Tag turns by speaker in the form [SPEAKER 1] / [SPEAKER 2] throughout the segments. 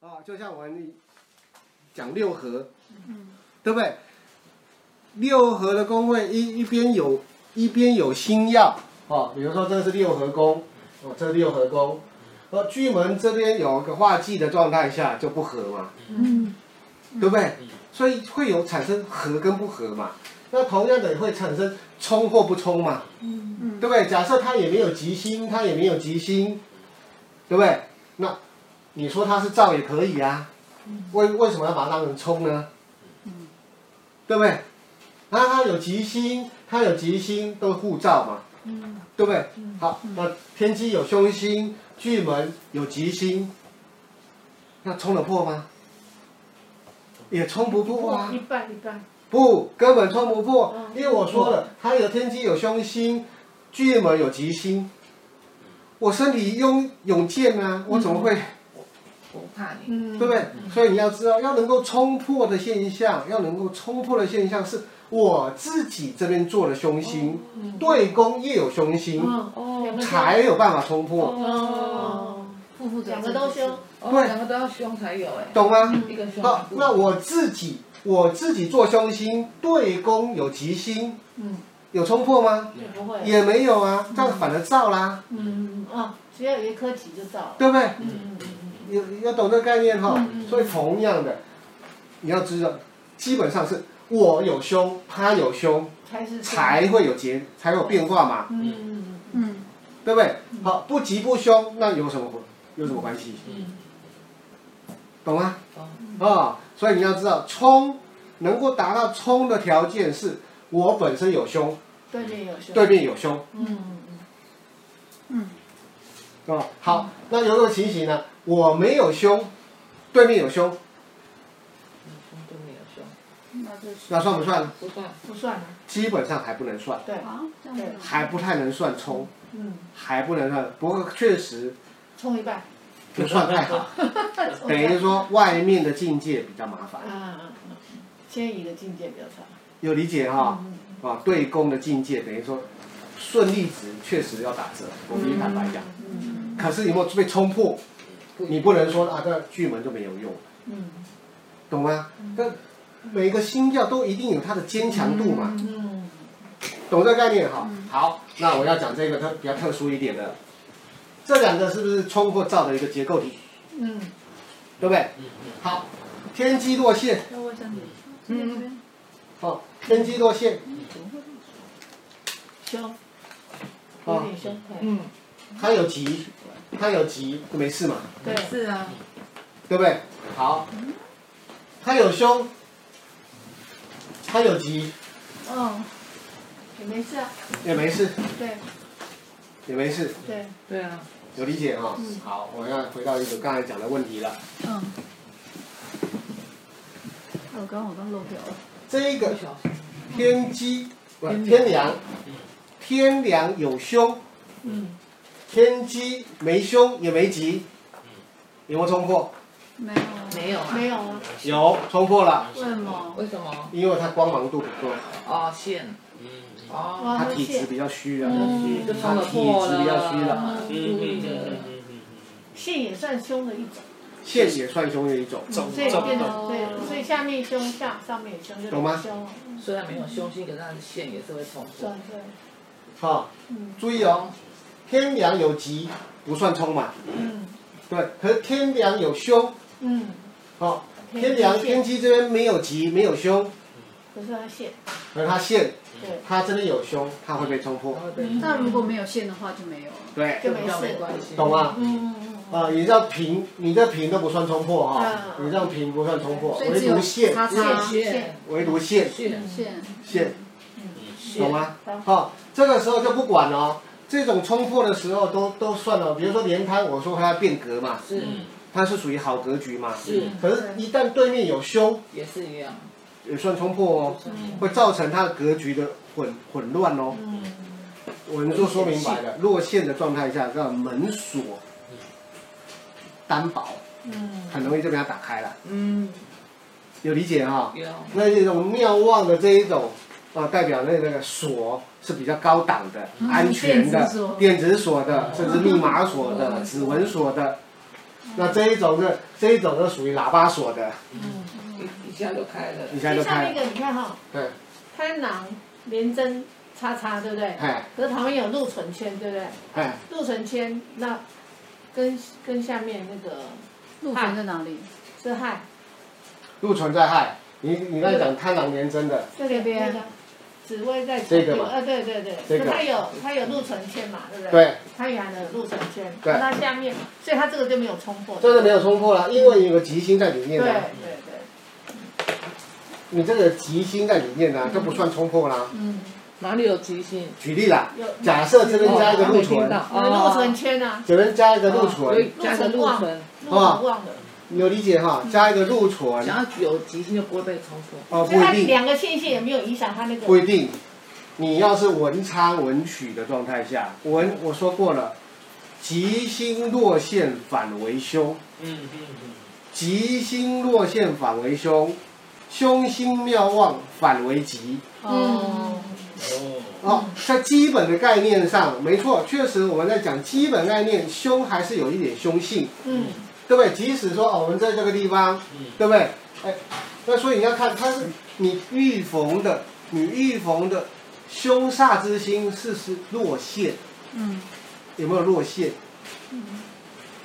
[SPEAKER 1] 啊，就像我们讲六合，对不对？六合的工会一一边有一边有新药哦，比如说这是六合工，哦，这是六合工，哦，巨门这边有个化忌的状态下就不合嘛，
[SPEAKER 2] 嗯
[SPEAKER 1] 对不对
[SPEAKER 3] 嗯？
[SPEAKER 1] 所以会有产生合跟不合嘛。那同样的也会产生冲或不冲嘛，
[SPEAKER 2] 嗯
[SPEAKER 1] 对不对？假设它也没有吉星，它也没有吉星，对不对？那你说它是燥也可以啊，
[SPEAKER 2] 嗯
[SPEAKER 1] 为为什么要把它当成冲呢？对不对？那它有吉星，它有吉星都互照嘛，
[SPEAKER 2] 嗯
[SPEAKER 1] 对不对
[SPEAKER 2] 嗯？
[SPEAKER 1] 好，那天机有凶星，巨门有吉星，那冲得破吗？也冲不破啊
[SPEAKER 2] 一。半一半，
[SPEAKER 1] 不，根本冲不破，
[SPEAKER 2] 嗯
[SPEAKER 1] 因为我说了，它有天机有凶星，巨门有吉星，我身体拥勇健啊，我怎么会、
[SPEAKER 4] 我怕你。
[SPEAKER 2] 嗯
[SPEAKER 1] 对不对？所以你要知道，要能够冲破的现象，要能够冲破的现象是我自己这边做的凶星，对宫也有凶星，
[SPEAKER 2] 哦嗯
[SPEAKER 4] 哦
[SPEAKER 1] 才有办法冲破，
[SPEAKER 4] 哦，
[SPEAKER 2] 负负两个都凶，
[SPEAKER 4] 哦
[SPEAKER 1] 对
[SPEAKER 4] 两个都要凶才有
[SPEAKER 2] 嗯
[SPEAKER 4] 哎，
[SPEAKER 1] 懂吗？
[SPEAKER 4] 一个凶。
[SPEAKER 1] 好，那我自己我自己做凶星，对宫有吉星，
[SPEAKER 2] 嗯，
[SPEAKER 1] 有冲破吗？
[SPEAKER 2] 也不会，
[SPEAKER 1] 也没有啊，这样反而燥啦。
[SPEAKER 2] 嗯啊，只要有一颗棋就到了，
[SPEAKER 1] 对不对？
[SPEAKER 2] 嗯
[SPEAKER 1] 有要懂这个概念哈、
[SPEAKER 2] 嗯嗯
[SPEAKER 1] 所以同样的，你要知道，基本上是我有凶，他有凶，
[SPEAKER 2] 才是
[SPEAKER 1] 才会有结，才有变化嘛，
[SPEAKER 2] 嗯
[SPEAKER 4] 嗯
[SPEAKER 1] 对不对？好，不急不凶，那有什么有什么关系？
[SPEAKER 4] 嗯
[SPEAKER 1] 懂吗？
[SPEAKER 4] 懂
[SPEAKER 1] 啊、所以你要知道，冲能够达到冲的条件是，我本身有凶，
[SPEAKER 2] 对面有凶，
[SPEAKER 1] 对面有凶，
[SPEAKER 2] 嗯
[SPEAKER 4] 嗯
[SPEAKER 1] 哦，好，那有一个情形呢，我没有凶，对面有凶，
[SPEAKER 4] 嗯，凶对面有凶，
[SPEAKER 5] 那就是
[SPEAKER 1] 那算不算？
[SPEAKER 4] 不算。
[SPEAKER 2] 不算了，
[SPEAKER 1] 基本上还不能算，
[SPEAKER 2] 对，
[SPEAKER 5] 啊，这样子
[SPEAKER 1] 还不太能算冲。
[SPEAKER 2] 嗯，
[SPEAKER 1] 还不能算，不过确实
[SPEAKER 2] 冲一半，
[SPEAKER 1] 不算太 好，
[SPEAKER 2] 等
[SPEAKER 1] 等于说外面的境界比较麻烦，
[SPEAKER 2] 啊，迁移的境界比较差，
[SPEAKER 1] 有理解哈？
[SPEAKER 2] 嗯
[SPEAKER 1] 啊，对宫的境界等于说顺利值确实要打折，我必须坦白讲。
[SPEAKER 2] 嗯
[SPEAKER 1] 可是有没有被冲破？你不能说啊，这巨门就没有用，
[SPEAKER 2] 嗯
[SPEAKER 1] 懂吗？但每个星耀都一定有它的坚强度嘛，
[SPEAKER 2] 嗯
[SPEAKER 1] 懂这个概念哈？好，那我要讲这个特比较特殊一点的，这两个是不是冲或造的一个结构体，
[SPEAKER 2] 嗯
[SPEAKER 1] 对不对？好，天机落陷。
[SPEAKER 5] 那我想，
[SPEAKER 4] 嗯，
[SPEAKER 1] 哦，天机落陷，
[SPEAKER 2] 凶，有点凶，
[SPEAKER 4] 嗯，
[SPEAKER 1] 它哦有吉，它有吉，没事嘛，
[SPEAKER 2] 对，
[SPEAKER 4] 是啊，
[SPEAKER 1] 对不对？好，它有凶，它有吉，
[SPEAKER 2] 嗯，也没事啊，
[SPEAKER 1] 也没事，
[SPEAKER 2] 对
[SPEAKER 1] 也没事，
[SPEAKER 2] 对，
[SPEAKER 4] 对啊，
[SPEAKER 1] 有理解哈、
[SPEAKER 2] 嗯
[SPEAKER 1] 好，我要回到一个刚才讲的问题了，
[SPEAKER 5] 嗯，哎我刚刚好像漏掉了，
[SPEAKER 1] 这
[SPEAKER 4] 不
[SPEAKER 1] 个
[SPEAKER 4] 小
[SPEAKER 1] 天机，不
[SPEAKER 4] 天
[SPEAKER 1] 天梁，天梁有凶，
[SPEAKER 2] 嗯
[SPEAKER 1] 天机没凶也没吉，有没有冲破？
[SPEAKER 5] 没有，
[SPEAKER 4] 没有啊？
[SPEAKER 2] 没有啊，
[SPEAKER 3] 嗯
[SPEAKER 1] 有，冲破了，
[SPEAKER 5] 为什么？
[SPEAKER 4] 为什么？
[SPEAKER 1] 因为它光芒度不够，
[SPEAKER 4] 哦，线。哦，
[SPEAKER 2] 哇
[SPEAKER 1] 它体质比较虚啊，
[SPEAKER 4] 嗯就
[SPEAKER 1] 它
[SPEAKER 4] 冲得
[SPEAKER 1] 体
[SPEAKER 4] 破
[SPEAKER 1] 质
[SPEAKER 4] 了。嗯
[SPEAKER 1] 比较虚了。
[SPEAKER 4] 注意了。
[SPEAKER 2] 线也算凶的一种，
[SPEAKER 1] 线也算凶的一种，
[SPEAKER 3] 走
[SPEAKER 2] 所以变
[SPEAKER 3] 走，
[SPEAKER 2] 成对，所以下面凶下，上面也凶，就
[SPEAKER 1] 懂吗
[SPEAKER 2] 凶，
[SPEAKER 4] 虽然没有凶星，可是它的线也是会冲破
[SPEAKER 2] 算。对，
[SPEAKER 1] 哈、
[SPEAKER 2] 嗯
[SPEAKER 1] 注意哦，天梁有吉不算冲嘛，
[SPEAKER 2] 嗯
[SPEAKER 1] 对，可是天梁有凶，
[SPEAKER 2] 嗯，
[SPEAKER 1] 哦，天梁天
[SPEAKER 2] 线
[SPEAKER 1] 机这边没有吉没有凶，
[SPEAKER 2] 可是它线，
[SPEAKER 1] 而它线
[SPEAKER 2] 对，
[SPEAKER 1] 它这边有凶，它会被冲破
[SPEAKER 4] 然，后被
[SPEAKER 5] 那如果没有线的话就没有了，
[SPEAKER 1] 对，
[SPEAKER 2] 就
[SPEAKER 4] 比
[SPEAKER 2] 没
[SPEAKER 4] 较没
[SPEAKER 2] 事，
[SPEAKER 4] 关系。
[SPEAKER 1] 懂吗？
[SPEAKER 2] 嗯嗯嗯，
[SPEAKER 1] 啊、你这平，你这平都不算冲破哈、
[SPEAKER 2] 嗯
[SPEAKER 1] 你这平不算冲破，
[SPEAKER 5] 所
[SPEAKER 1] 唯
[SPEAKER 5] 以只有
[SPEAKER 1] 独线，
[SPEAKER 5] 叉叉
[SPEAKER 4] 线
[SPEAKER 1] 唯独线
[SPEAKER 4] 线
[SPEAKER 5] 线，
[SPEAKER 1] 线，
[SPEAKER 4] 线，
[SPEAKER 1] 懂？吗？
[SPEAKER 2] 懂
[SPEAKER 1] 哈、这个时候就不管了哦，这种冲破的时候都都算了，哦比如说连摊，我说它要变格嘛，
[SPEAKER 4] 是
[SPEAKER 1] 它是属于好格局嘛，
[SPEAKER 4] 是，
[SPEAKER 1] 可是，一旦对面有凶，
[SPEAKER 4] 也是一样。
[SPEAKER 1] 也算冲破哦，会造成它格局的混混乱哦。
[SPEAKER 2] 嗯
[SPEAKER 1] 我们就说明白了，落线的状态下，让门锁单薄，
[SPEAKER 2] 嗯
[SPEAKER 1] 很容易就被它打开了，
[SPEAKER 4] 嗯，
[SPEAKER 1] 有理解哈、
[SPEAKER 4] 有。
[SPEAKER 1] 那这种妙望的这一种啊，代表那个锁是比较高档的、安全的
[SPEAKER 5] 电子锁、
[SPEAKER 1] 电子锁的，甚至密码锁的、指纹锁的，那这一种的这一种就属于喇叭锁的，
[SPEAKER 2] 嗯，
[SPEAKER 4] 一一下就开了。
[SPEAKER 1] 你现在
[SPEAKER 2] 就
[SPEAKER 1] 就
[SPEAKER 2] 像那
[SPEAKER 1] 看，
[SPEAKER 2] 个你看哈，
[SPEAKER 1] 对，
[SPEAKER 2] 贪狼、连针、叉叉，对不对？
[SPEAKER 1] 哎
[SPEAKER 2] 可是旁边有禄存圈，对不对？
[SPEAKER 1] 哎，
[SPEAKER 2] 禄存圈那跟跟下面那个
[SPEAKER 5] 路权在哪里？
[SPEAKER 2] 是亥
[SPEAKER 1] 禄存在亥，你你刚才讲贪狼连贞的，
[SPEAKER 2] 这
[SPEAKER 5] 这
[SPEAKER 2] 那
[SPEAKER 5] 边
[SPEAKER 2] 个紫薇在
[SPEAKER 1] 这个嘛
[SPEAKER 2] 呃，对对对，
[SPEAKER 1] 这个
[SPEAKER 2] 它有它有禄存圈嘛，对不对？
[SPEAKER 1] 对，
[SPEAKER 2] 它原来的禄存圈，
[SPEAKER 1] 对
[SPEAKER 2] 那它下面，所以它这个就没有冲破。
[SPEAKER 1] 真的没有冲破了，因为有个吉星在里
[SPEAKER 2] 对
[SPEAKER 1] 面
[SPEAKER 2] 对
[SPEAKER 1] 呢，
[SPEAKER 2] 对，
[SPEAKER 1] 你这个吉星在里面呢，啊就不算冲破啦。
[SPEAKER 5] 嗯，
[SPEAKER 4] 哪里有极星？
[SPEAKER 1] 举例啦，
[SPEAKER 2] 有有
[SPEAKER 1] 假设这边加一个禄
[SPEAKER 4] 哦
[SPEAKER 1] 存，
[SPEAKER 2] 禄存圈啊，
[SPEAKER 1] 这边加一个禄
[SPEAKER 4] 哦所
[SPEAKER 1] 存，
[SPEAKER 4] 以加个禄存，
[SPEAKER 2] 禄
[SPEAKER 1] 哦
[SPEAKER 2] 存旺的，
[SPEAKER 1] 你有理解哈？加一个禄存
[SPEAKER 4] 只，要有极星就不会被冲破。
[SPEAKER 1] 哦，
[SPEAKER 2] 所以
[SPEAKER 1] 不
[SPEAKER 2] 它
[SPEAKER 1] 一定，
[SPEAKER 2] 两个现象也没有影响它那
[SPEAKER 1] 不
[SPEAKER 2] 个。
[SPEAKER 1] 一定。你要是文昌文曲的状态下，文我说过了，吉星落陷反为凶，
[SPEAKER 3] 嗯嗯
[SPEAKER 1] 吉星落陷反为凶，凶星妙旺反为吉。
[SPEAKER 2] 嗯，
[SPEAKER 3] 嗯，哦，
[SPEAKER 1] 哦，在基本的概念上，没错，确实我们在讲基本概念，凶还是有一点凶性，
[SPEAKER 2] 嗯，
[SPEAKER 1] 对不对？即使说哦，我们在这个地方，
[SPEAKER 3] 嗯
[SPEAKER 1] 对不对？哎，那所以你要看，它是你预逢的，你预逢的凶煞之星是是落陷，
[SPEAKER 5] 嗯，
[SPEAKER 1] 有没有落陷？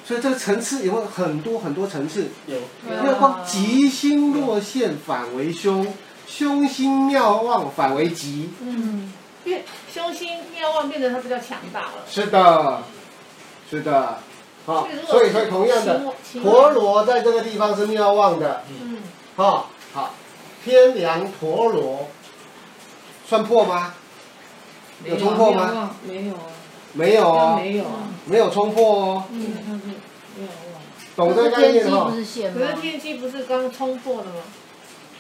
[SPEAKER 1] 所以这个层次有没有很多很多层次？
[SPEAKER 3] 有，
[SPEAKER 1] 因为光吉星落陷反为凶，凶星妙旺反为吉。
[SPEAKER 2] 嗯，因为凶星妙旺变得它比较强大了。
[SPEAKER 1] 是的，是的，好，哦所以所以同样的，
[SPEAKER 2] 秦
[SPEAKER 1] 陀，螺在这个地方是妙望的，
[SPEAKER 2] 嗯，
[SPEAKER 1] 哈、啊好，天梁陀螺算破吗？
[SPEAKER 4] 没啊
[SPEAKER 1] 有冲破吗
[SPEAKER 4] 没有啊？没有啊，
[SPEAKER 1] 没有哦，
[SPEAKER 4] 没有啊，
[SPEAKER 1] 没有冲破哦，
[SPEAKER 2] 嗯嗯嗯。
[SPEAKER 4] 没有啊。
[SPEAKER 1] 懂这个概
[SPEAKER 5] 天机
[SPEAKER 1] 念
[SPEAKER 5] 不
[SPEAKER 1] 哦？
[SPEAKER 5] 是线
[SPEAKER 2] 可是
[SPEAKER 5] 吗？
[SPEAKER 2] 天机不是刚冲破了吗？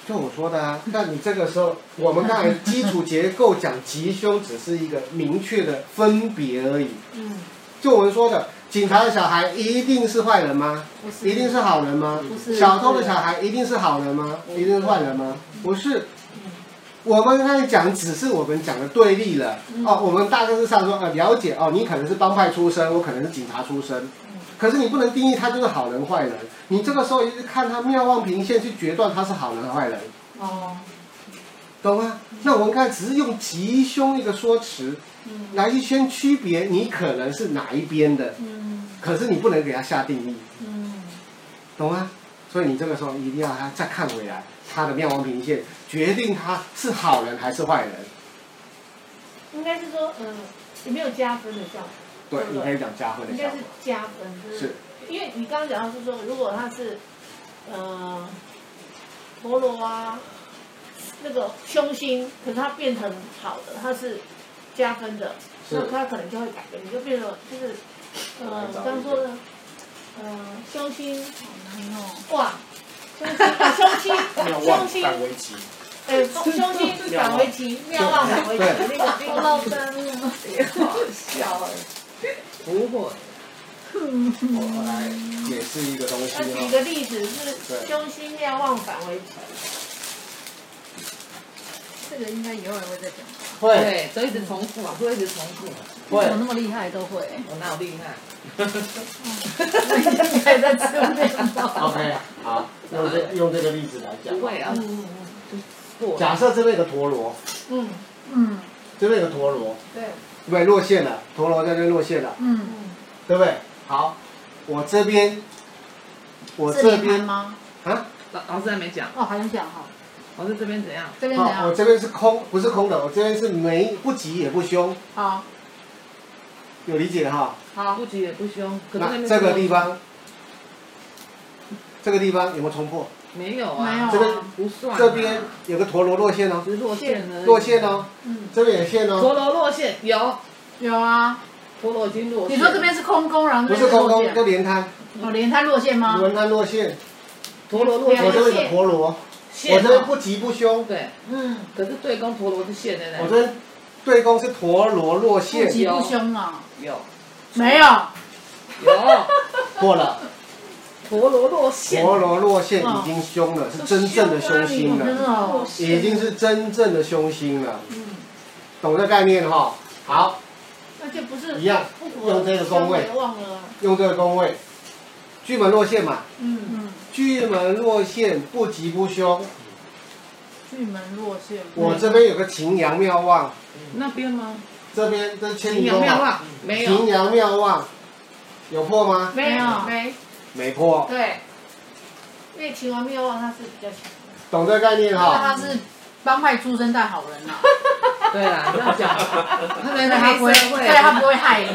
[SPEAKER 1] 就我说的啊，但你这个时候，我们刚才基础结构讲吉凶只是一个明确的分别而已。
[SPEAKER 2] 嗯，
[SPEAKER 1] 就我们说的，警察的小孩一定是坏人吗？
[SPEAKER 5] 不是，
[SPEAKER 1] 一定是好人吗？
[SPEAKER 5] 不是
[SPEAKER 1] 小偷的小孩一定是好人吗？一定是坏人吗？不是。我们刚才讲，只是我们讲的对立了。哦，我们大致上说，呃，了解哦，你可能是帮派出身，我可能是警察出身，可是你不能定义他就是好人坏人。你这个时候一直看他妙望平线去决断他是好人坏人，
[SPEAKER 2] 哦，
[SPEAKER 1] 懂吗？那我们刚才只是用吉凶一个说辞
[SPEAKER 2] 嗯
[SPEAKER 1] 来去先区别你可能是哪一边的，
[SPEAKER 2] 嗯
[SPEAKER 1] 可是你不能给他下定义。
[SPEAKER 2] 嗯，
[SPEAKER 1] 懂吗？所以你这个时候一定要他再看回来，他的妙王平线决定他是好人还是坏人。
[SPEAKER 2] 应该是说，嗯，也没有加分的效果，
[SPEAKER 1] 对，
[SPEAKER 2] 对
[SPEAKER 1] 你可以讲加分
[SPEAKER 2] 嗯应
[SPEAKER 1] 的效
[SPEAKER 2] 该
[SPEAKER 1] 果
[SPEAKER 2] 是。加分，就是是因为你刚刚讲到是说，如果他是，呃，陀螺啊，那个凶星，可是它变成好的，它是加分的，
[SPEAKER 1] 是
[SPEAKER 2] 那它可能就会改变，你就变成就是，呃，刚刚说的，呃，凶星
[SPEAKER 5] 好难哦。
[SPEAKER 2] 哇，凶星啊，凶星，
[SPEAKER 3] 妙
[SPEAKER 2] 凶
[SPEAKER 3] 望
[SPEAKER 2] 星，
[SPEAKER 3] 反为吉，
[SPEAKER 2] 呃，凶星反为吉，妙望反为吉，那个那个
[SPEAKER 5] 单了。
[SPEAKER 4] 好笑哎，不会，
[SPEAKER 1] 我来解释一个东西
[SPEAKER 2] 嗯那举
[SPEAKER 1] 哦，
[SPEAKER 2] 个例子是凶星妙望反为吉，
[SPEAKER 5] 这个应该以后也会再讲。
[SPEAKER 1] 会
[SPEAKER 4] 对，都一直重复啊，会一直重复啊，
[SPEAKER 5] 怎么
[SPEAKER 1] 会
[SPEAKER 5] 那么厉害都会？
[SPEAKER 4] 我哪有厉害？
[SPEAKER 5] 我应该在吃面包。
[SPEAKER 1] ，OK，好，用这用这个例子来讲
[SPEAKER 4] 不，会啊，
[SPEAKER 2] 嗯
[SPEAKER 4] 过
[SPEAKER 1] 假设这边有个陀螺，
[SPEAKER 2] 嗯
[SPEAKER 5] 嗯
[SPEAKER 1] 这边有个陀螺，
[SPEAKER 2] 对，
[SPEAKER 1] 对不对？落线了，陀螺在这边落线了，
[SPEAKER 5] 嗯，
[SPEAKER 2] 嗯
[SPEAKER 1] 对不对？好，我这边，我
[SPEAKER 5] 这
[SPEAKER 1] 这
[SPEAKER 5] 里还
[SPEAKER 1] 边
[SPEAKER 5] 吗？
[SPEAKER 1] 啊，
[SPEAKER 4] 老老师还没讲，
[SPEAKER 5] 哦，还没讲哈。
[SPEAKER 4] 老师这边怎样？
[SPEAKER 5] 这
[SPEAKER 2] 啊
[SPEAKER 5] 边怎
[SPEAKER 1] 好，我
[SPEAKER 5] 样？
[SPEAKER 1] 这边是空，不是空的，我这边是没不吉也不凶，
[SPEAKER 5] 好，
[SPEAKER 1] 有理解哈？
[SPEAKER 5] 好，
[SPEAKER 4] 不急也不凶，可是那
[SPEAKER 1] 那
[SPEAKER 4] 边
[SPEAKER 1] 这个地方，这个地方有没有冲破？
[SPEAKER 4] 没有啊，
[SPEAKER 5] 没有啊
[SPEAKER 1] 这边
[SPEAKER 4] 不算啊，
[SPEAKER 1] 这边有个陀螺落线哦，
[SPEAKER 4] 只是落线而已
[SPEAKER 1] 落线哦，
[SPEAKER 5] 嗯，
[SPEAKER 1] 这边有线哦，
[SPEAKER 4] 陀螺落线有，
[SPEAKER 5] 有啊。
[SPEAKER 4] 陀螺已经落线。
[SPEAKER 5] 你说这边是空宫，然后
[SPEAKER 1] 不
[SPEAKER 5] 这
[SPEAKER 1] 是
[SPEAKER 5] 边
[SPEAKER 1] 空
[SPEAKER 5] 落
[SPEAKER 1] 空，就
[SPEAKER 5] 线。
[SPEAKER 1] 连摊，
[SPEAKER 5] 哦，连它落线吗？
[SPEAKER 1] 轮摊落线。
[SPEAKER 4] 陀螺落
[SPEAKER 2] 两
[SPEAKER 1] 我
[SPEAKER 2] 个
[SPEAKER 1] 这
[SPEAKER 4] 线
[SPEAKER 1] 啊边有个陀螺，我
[SPEAKER 4] 线
[SPEAKER 1] 这边
[SPEAKER 4] 哦，
[SPEAKER 1] 不急不凶，
[SPEAKER 4] 对，
[SPEAKER 2] 嗯
[SPEAKER 4] 可是对宫陀螺是线的
[SPEAKER 1] 我
[SPEAKER 4] 呢，
[SPEAKER 1] 这边对宫是陀螺落
[SPEAKER 5] 不
[SPEAKER 1] 线，
[SPEAKER 5] 急不凶啊？
[SPEAKER 4] 有
[SPEAKER 5] 没有，
[SPEAKER 4] 有
[SPEAKER 1] 过了，
[SPEAKER 4] 陀螺落线，
[SPEAKER 1] 陀螺落线已经凶了，是真正的哦凶星
[SPEAKER 5] 真
[SPEAKER 1] 了，
[SPEAKER 5] 的哦。
[SPEAKER 1] 已经是真正的凶星了，
[SPEAKER 2] 嗯，
[SPEAKER 1] 懂这概念哈？好，
[SPEAKER 2] 那就不是嗯
[SPEAKER 1] 一样
[SPEAKER 2] 不符合
[SPEAKER 1] 用这个宫位
[SPEAKER 2] 凶为旺了啊，
[SPEAKER 1] 用这个宫位巨门落陷嘛，
[SPEAKER 2] 嗯嗯，
[SPEAKER 1] 巨门落陷不吉不凶。
[SPEAKER 5] 巨门落陷。
[SPEAKER 1] 我这边有个擎羊妙望，
[SPEAKER 4] 那边吗？
[SPEAKER 1] 这边这千
[SPEAKER 4] 秦
[SPEAKER 1] 里
[SPEAKER 4] 阳
[SPEAKER 1] 沟
[SPEAKER 4] 庙
[SPEAKER 1] 嘛，
[SPEAKER 4] 啊，没
[SPEAKER 1] 擎
[SPEAKER 4] 有，
[SPEAKER 1] 羊妙望有破吗？
[SPEAKER 2] 没有
[SPEAKER 5] 没，
[SPEAKER 1] 没破，
[SPEAKER 5] 对，
[SPEAKER 2] 因为秦王灭亡它是比较强的，
[SPEAKER 1] 懂这个概念
[SPEAKER 5] 因为
[SPEAKER 1] 哈？
[SPEAKER 5] 他是帮派出身带好人 呐、啊，
[SPEAKER 4] 对啦，这样 讲，
[SPEAKER 5] 对他不会，对他不会害你，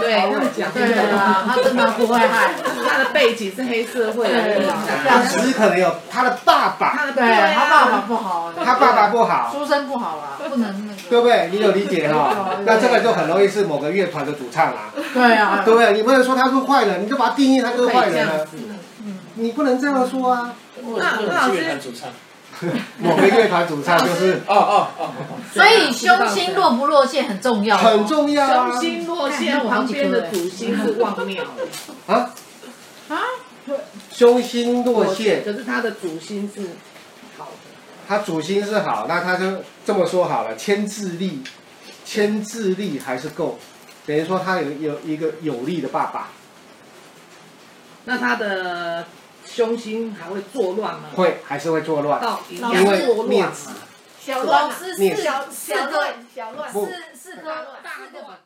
[SPEAKER 4] 对，这样讲，
[SPEAKER 5] 对啊，他真的不会害。
[SPEAKER 4] 他的背景是黑社会啊的，
[SPEAKER 5] 对
[SPEAKER 1] 他
[SPEAKER 5] 对
[SPEAKER 1] 只是可能有他的爸爸，
[SPEAKER 4] 他的
[SPEAKER 5] 对他爸
[SPEAKER 4] 啊
[SPEAKER 5] 爸不好，
[SPEAKER 1] 他爸爸不好，
[SPEAKER 5] 出身不好啦，不能那
[SPEAKER 1] 对
[SPEAKER 5] 个。
[SPEAKER 1] 不对？你有理解哈
[SPEAKER 5] 对？
[SPEAKER 1] 那这个就很容易是某个乐团的主唱啦，
[SPEAKER 5] 对啊
[SPEAKER 1] 对，不对？你不能说他是坏人，你就把他定义他就是
[SPEAKER 4] 可
[SPEAKER 1] 坏
[SPEAKER 4] 以这
[SPEAKER 1] 人
[SPEAKER 4] 样
[SPEAKER 1] 了，
[SPEAKER 4] 子。
[SPEAKER 1] 你不能这样说 啊。
[SPEAKER 3] 我是
[SPEAKER 4] 那老
[SPEAKER 3] 乐
[SPEAKER 4] 师
[SPEAKER 3] 团主唱。
[SPEAKER 1] 某个乐团主唱就是
[SPEAKER 3] 哦哦哦，
[SPEAKER 5] 啊所以凶星落不落陷很重要。
[SPEAKER 1] 很。重要 啊
[SPEAKER 4] 中。心落线旁边的主星是望庙，
[SPEAKER 1] 啊，
[SPEAKER 5] 啊，
[SPEAKER 1] 凶星落陷，
[SPEAKER 4] 可是他的主星是好的，
[SPEAKER 1] 他主心是好，那他就这么说好了，牵制力，牵制力还是够，等于说他有有一个有力的爸爸，
[SPEAKER 4] 那他的凶星还会作乱吗？
[SPEAKER 1] 会还是会作乱，
[SPEAKER 4] 到影
[SPEAKER 1] 因
[SPEAKER 4] 响
[SPEAKER 1] 为
[SPEAKER 4] 作
[SPEAKER 1] 面
[SPEAKER 4] 乱
[SPEAKER 1] 子
[SPEAKER 4] 吗？
[SPEAKER 2] 小
[SPEAKER 5] 老
[SPEAKER 2] 乱啊
[SPEAKER 5] 师
[SPEAKER 1] 你
[SPEAKER 5] 是
[SPEAKER 2] 小
[SPEAKER 5] 四
[SPEAKER 2] 小
[SPEAKER 5] 个
[SPEAKER 2] 乱小乱，
[SPEAKER 1] 不
[SPEAKER 5] 四四个
[SPEAKER 4] 大
[SPEAKER 5] 四个
[SPEAKER 4] 乱